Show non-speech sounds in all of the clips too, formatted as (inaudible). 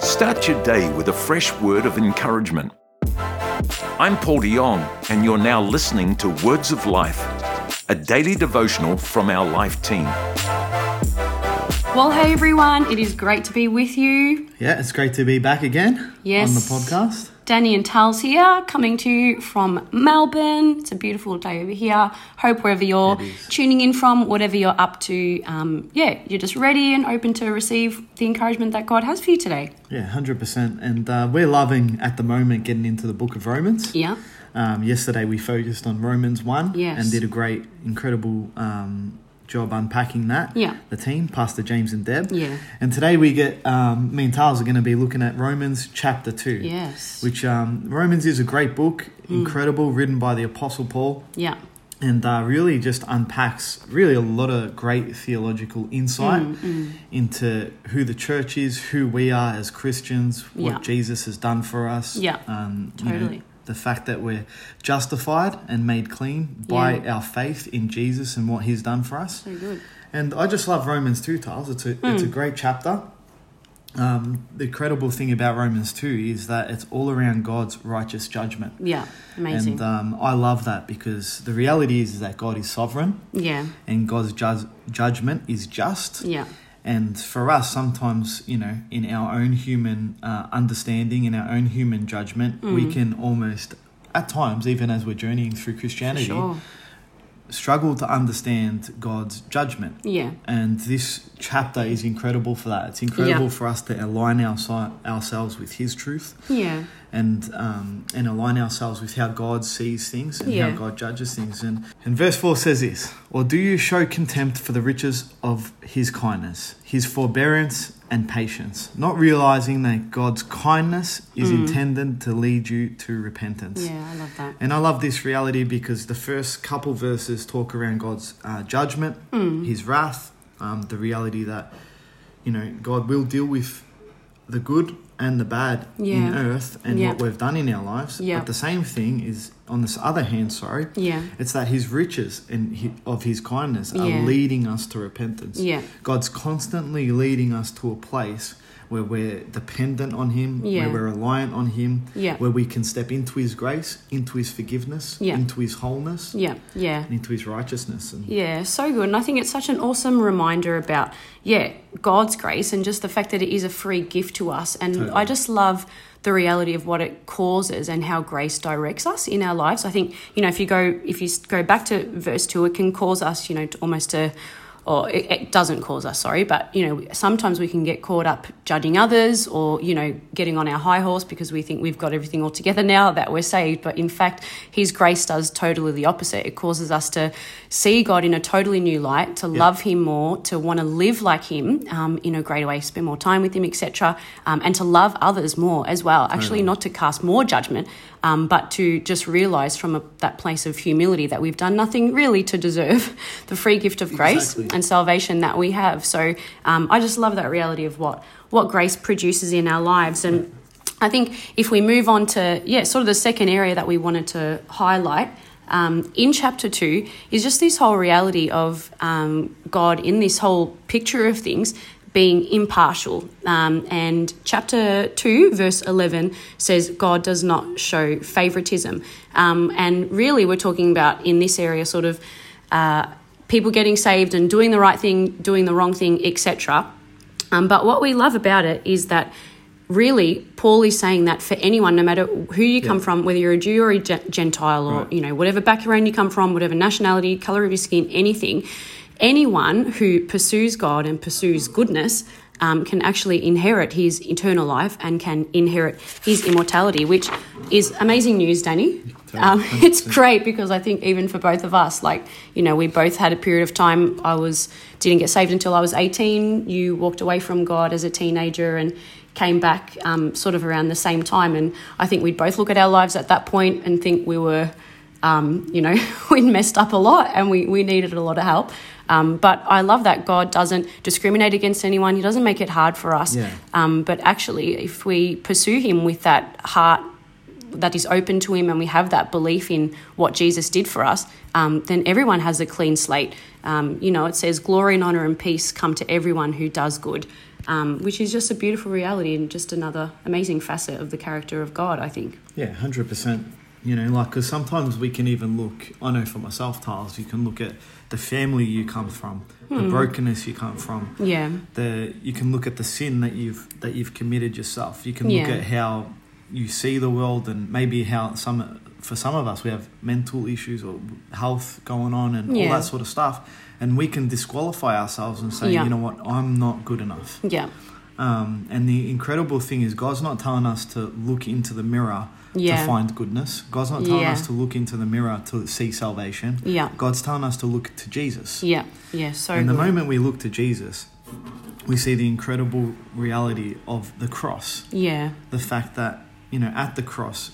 Start your day with a fresh word of encouragement. I'm Paul de Jong, and you're now listening to Words of Life, a daily devotional from our life team. Well, hey everyone, it is great to be with you. Yeah, it's great to be back again Yes. on the podcast. Danny and Tals here, coming to you from Melbourne. It's a beautiful day over here. Hope wherever you're tuning in from, whatever you're up to, um, yeah, you're just ready and open to receive the encouragement that God has for you today. Yeah, 100%. And uh, we're loving at the moment getting into the book of Romans. Yeah. Um, yesterday we focused on Romans 1 Yes. and did a great, incredible um, job unpacking that. Yeah. The team, Pastor James and Deb. Yeah. And today we get, um, me and Tars are going to be looking at Romans chapter 2. Yes. Mm. Which um, Romans is a great book, incredible, written by the Apostle Paul. Yeah. and uh, really just unpacks really a lot of great theological insight Mm, into who the church is, who we are as Christians, what Yeah. Jesus has done for us. Yeah, um, you know, totally. the fact that we're justified and made clean by Yeah. our faith in Jesus and what He's done for us. So good. And I just love Romans 2, Tiles. It's a, Mm. it's a great chapter. Um, the incredible thing about Romans 2 is that it's all around God's righteous judgment. Yeah. Amazing. And um, I love that because the reality is, is that God is sovereign yeah. and God's ju- judgment is just. Yeah. And for us, sometimes, you know, in our own human uh, understanding, in our own human judgment, Mm. we can almost, at times, even as we're journeying through Christianity, Sure. struggle to understand God's judgment. Yeah. And this chapter is incredible for that. It's incredible Yeah. for us to align our, ourselves with His truth Yeah. and um, and align ourselves with how God sees things and Yeah. how God judges things. And, and verse 4 says this Or do you show contempt for the riches of his kindness, his forbearance and patience, not realizing that God's kindness is intended to lead you to repentance? Mm. Yeah. I love that. And I love this reality because the first couple verses talk around God's uh, judgment, Hmm. His wrath, um, the reality that you know God will deal with the good and the bad in Yeah. earth and Yeah. what we've done in our lives. Yeah. But the same thing is on this other hand. Sorry, Yeah. it's that His riches and hi of His kindness are Yeah. leading us to repentance. Yeah. God's constantly leading us to a place. Where we're dependent on Him, Yeah. where we're reliant on Him, Yeah. where we can step into His grace, into His forgiveness, Yeah. into His wholeness, Yeah. Yeah. and into His righteousness. And Yeah, so good. And I think it's such an awesome reminder about, yeah, God's grace and just the fact that it is a free gift to us. And I just love the reality of what it causes and how grace directs us in our lives. I think, you know, if you go if you s- go back to verse 2, it can cause us, you know, to almost to or it, it doesn't cause us, sorry, but you know, sometimes we can get caught up judging others or, you know, getting on our high horse because we think we've got everything all together now that we're saved. But in fact, His grace does totally the opposite. It causes us to see God in a totally new light, to love Him more, to want to live like Him um, in a greater way, spend more time with Him, etc., um, and to love others more as well. Actually, not to cast more judgment, um, but to just realize from a, that place of humility that we've done nothing really to deserve (laughs) the free gift of grace Exactly. and salvation that we have. So um, I just love that reality of what what grace produces in our lives and. I think if we move on to yeah, sort of the second area that we wanted to highlight um, in chapter two is just this whole reality of um, God in this whole picture of things being impartial. Um, and chapter two, verse eleven says God does not show favoritism, um, and really we're talking about in this area sort of uh, people getting saved and doing the right thing, doing the wrong thing, etc. Um, but what we love about it is that really Paul is saying that for anyone, no matter who you come from, whether you're a Jew or a Ge- Gentile or you know whatever background you come from, whatever nationality, color of your skin, anything, anyone who pursues God and pursues goodness. Um, can actually inherit his eternal life and can inherit his immortality, which is amazing news, Danny. Um, (laughs) it's great because I think even for both of us, like you know, we both had a period of time. I was didn't get saved until I was eighteen. You walked away from God as a teenager and came back um, sort of around the same time. And I think we'd both look at our lives at that point and think we were, um, you know, (laughs) we'd messed up a lot and we we needed a lot of help. Um, but I love that God doesn't discriminate against anyone. He doesn't make it hard for us. Yeah. Um, but actually, if we pursue Him with that heart that is open to Him and we have that belief in what Jesus did for us, um, then everyone has a clean slate. Um, you know, it says, Glory and honor and peace come to everyone who does good, um, which is just a beautiful reality and just another amazing facet of the character of God, I think. Yeah, hundred percent. You know, like because sometimes we can even look. I know for myself, Tiles. You can look at the family you come from, Hmm. the brokenness you come from. Yeah. The you can look at the sin that you've that you've committed yourself. You can look Yeah. at how you see the world and maybe how some for some of us we have mental issues or health going on and all Yeah. that sort of stuff, and we can disqualify ourselves and say, Yeah. you know what, I'm not good enough. Yeah. Um, and the incredible thing is, God's not telling us to look into the mirror to Yeah. find goodness. God's not telling Yeah. us to look into the mirror to see salvation. Yeah. God's telling us to look to Jesus. Yeah. Yeah. So and the good. moment we look to Jesus, we see the incredible reality of the cross. Yeah. The fact that, you know, at the cross,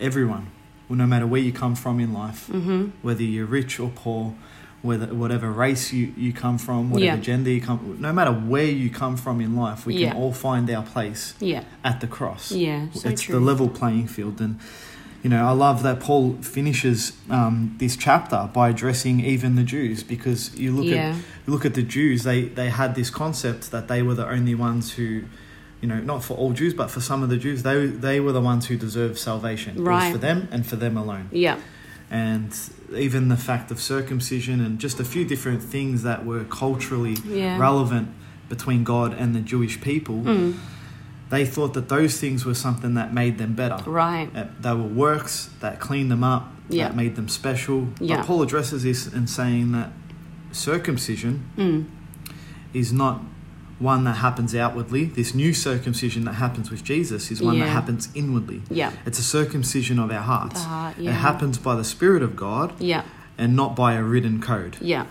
everyone, well, no matter where you come from in life, Mm-hmm. whether you're rich or poor, whether whatever race you, you come from, whatever Yeah. gender you come no matter where you come from in life, we Yeah. can all find our place Yeah. at the cross. Yeah. So it's true. the level playing field. And, you know, I love that Paul finishes um, this chapter by addressing even the Jews because you look Yeah. at you look at the Jews, they, they had this concept that they were the only ones who, you know, not for all Jews, but for some of the Jews, they, they were the ones who deserved salvation. It was Right. for them and for them alone yeah. and even the fact of circumcision and just a few different things that were culturally Yeah. Hmm. relevant between God and the Jewish people, they thought that those things were something that made them better. Right. Uh, They were works that cleaned them up, Yeah. that made them special. Yeah. But Paul addresses this in saying that circumcision Mm. is not one that happens outwardly. This new circumcision that happens with Jesus is one that Yeah. happens inwardly. Yeah. It's a circumcision of our hearts. The heart, It yeah. happens by the Spirit of God Yeah. and not by a written code. Yeah.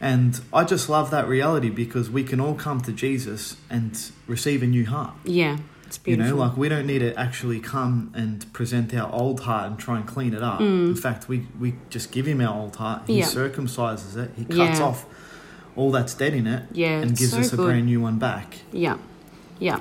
And I just love that reality because we can all come to Jesus and receive a new heart. Yeah. It's You beautiful. know, like we don't need to actually come and present our old heart and try and clean it up. In fact, we, we just give him our old heart. He Mm. Yeah. circumcises it. He cuts Yeah. off all that's dead in it Yeah, and it's gives so us a good. brand new one back. Yeah, yeah,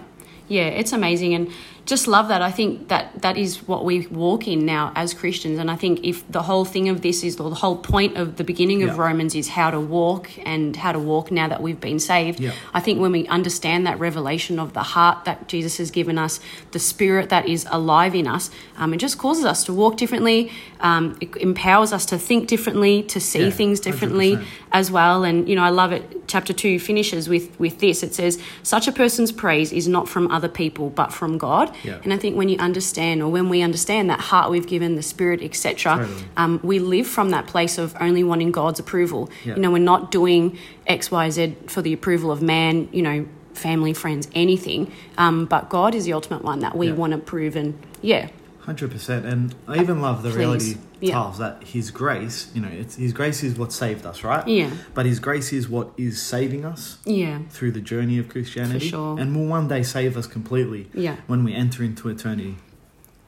yeah. It's amazing, and just love that. I think that that is what we walk in now as Christians, and I think if the whole thing of this is or the whole point of the beginning of Yeah. Romans is how to walk and how to walk now that we've been saved. Yeah. I think when we understand that revelation of the heart that Jesus has given us, the spirit that is alive in us, um, it just causes us to walk differently. Um, it empowers us to think differently, to see Yeah, things differently 100%. as well. And you know, I love it. Chapter two finishes with with this. It says, "Such a person's praise is not from other people, but from God." Yeah. And I think when you understand, or when we understand that heart we've given, the spirit, etc., Totally. um, we live from that place of only wanting God's approval. Yeah. You know, we're not doing X, Y, Z for the approval of man. You know. Family, friends, anything, um, but God is the ultimate one that we Yeah. want to prove, and yeah, Hundred percent, and I even love the Please. reality Yeah. Charles, that His grace, you know, it's, His grace is what saved us, right? Yeah. But His grace is what is saving us yeah, through the journey of Christianity, For sure. and will one day save us completely. Yeah. When we enter into eternity,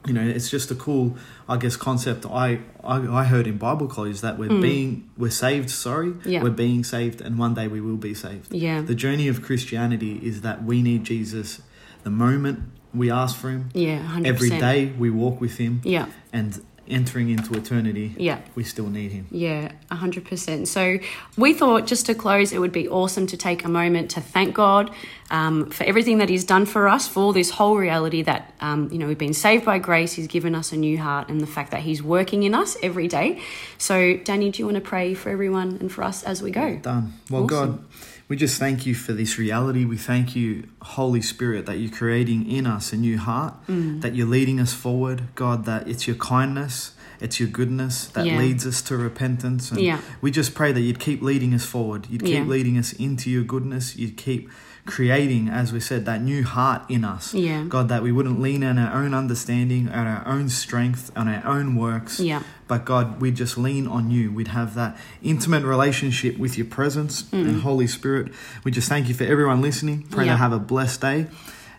you know, it's just a cool, I guess, concept. I I, I heard in Bible college that we're being we're saved. Sorry, Hmm. Yeah. we're being saved, and one day we will be saved. Yeah. The journey of Christianity is that we need Jesus the moment we ask for Him. yeah, hundred Every percent. day we walk with Him yeah. and entering into eternity, Yeah. we still need him. Yeah, 100%. So we thought just to close, it would be awesome to take a moment to thank God um, for everything that He's done for us, for this whole reality that, um, you know, we've been saved by grace, He's given us a new heart, and the fact that He's working in us every day. So, Danny, do you want to pray for everyone and for us as we go? Done. Well, God, we just thank you for this reality. We thank you, Holy Spirit, that you're creating in us a new heart, Mm. that you're leading us forward. God, that it's your kindness, it's your goodness that Yeah. leads us to repentance. And Yeah. we just pray that you'd keep leading us forward. You'd keep Yeah. leading us into your goodness. You'd keep creating, as we said, that new heart in us. Yeah. God, that we wouldn't lean on our own understanding, on our own strength, on our own works. Yeah. But God, we'd just lean on you. We'd have that intimate relationship with your presence and Holy Spirit. We just thank you for everyone listening. Pray Mm. Yeah. to have a blessed day.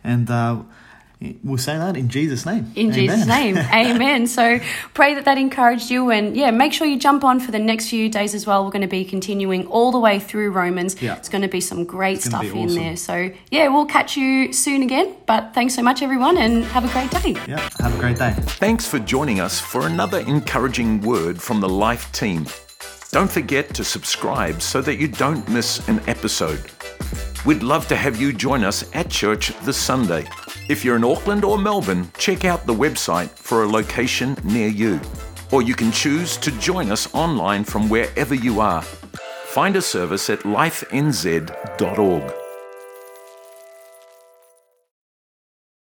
And, uh, We'll say that in Jesus' name. In Amen. Jesus' (laughs) name. Amen. So pray that that encouraged you. And yeah, make sure you jump on for the next few days as well. We're going to be continuing all the way through Romans. Yeah. It's going to be some great gonna stuff be in awesome. there. So yeah, we'll catch you soon again. But thanks so much, everyone, and have a great day. Yeah. Have a great day. Thanks for joining us for another encouraging word from the Life team. Don't forget to subscribe so that you don't miss an episode. We'd love to have you join us at church this Sunday. If you're in Auckland or Melbourne, check out the website for a location near you. Or you can choose to join us online from wherever you are. Find a service at lifenz.org.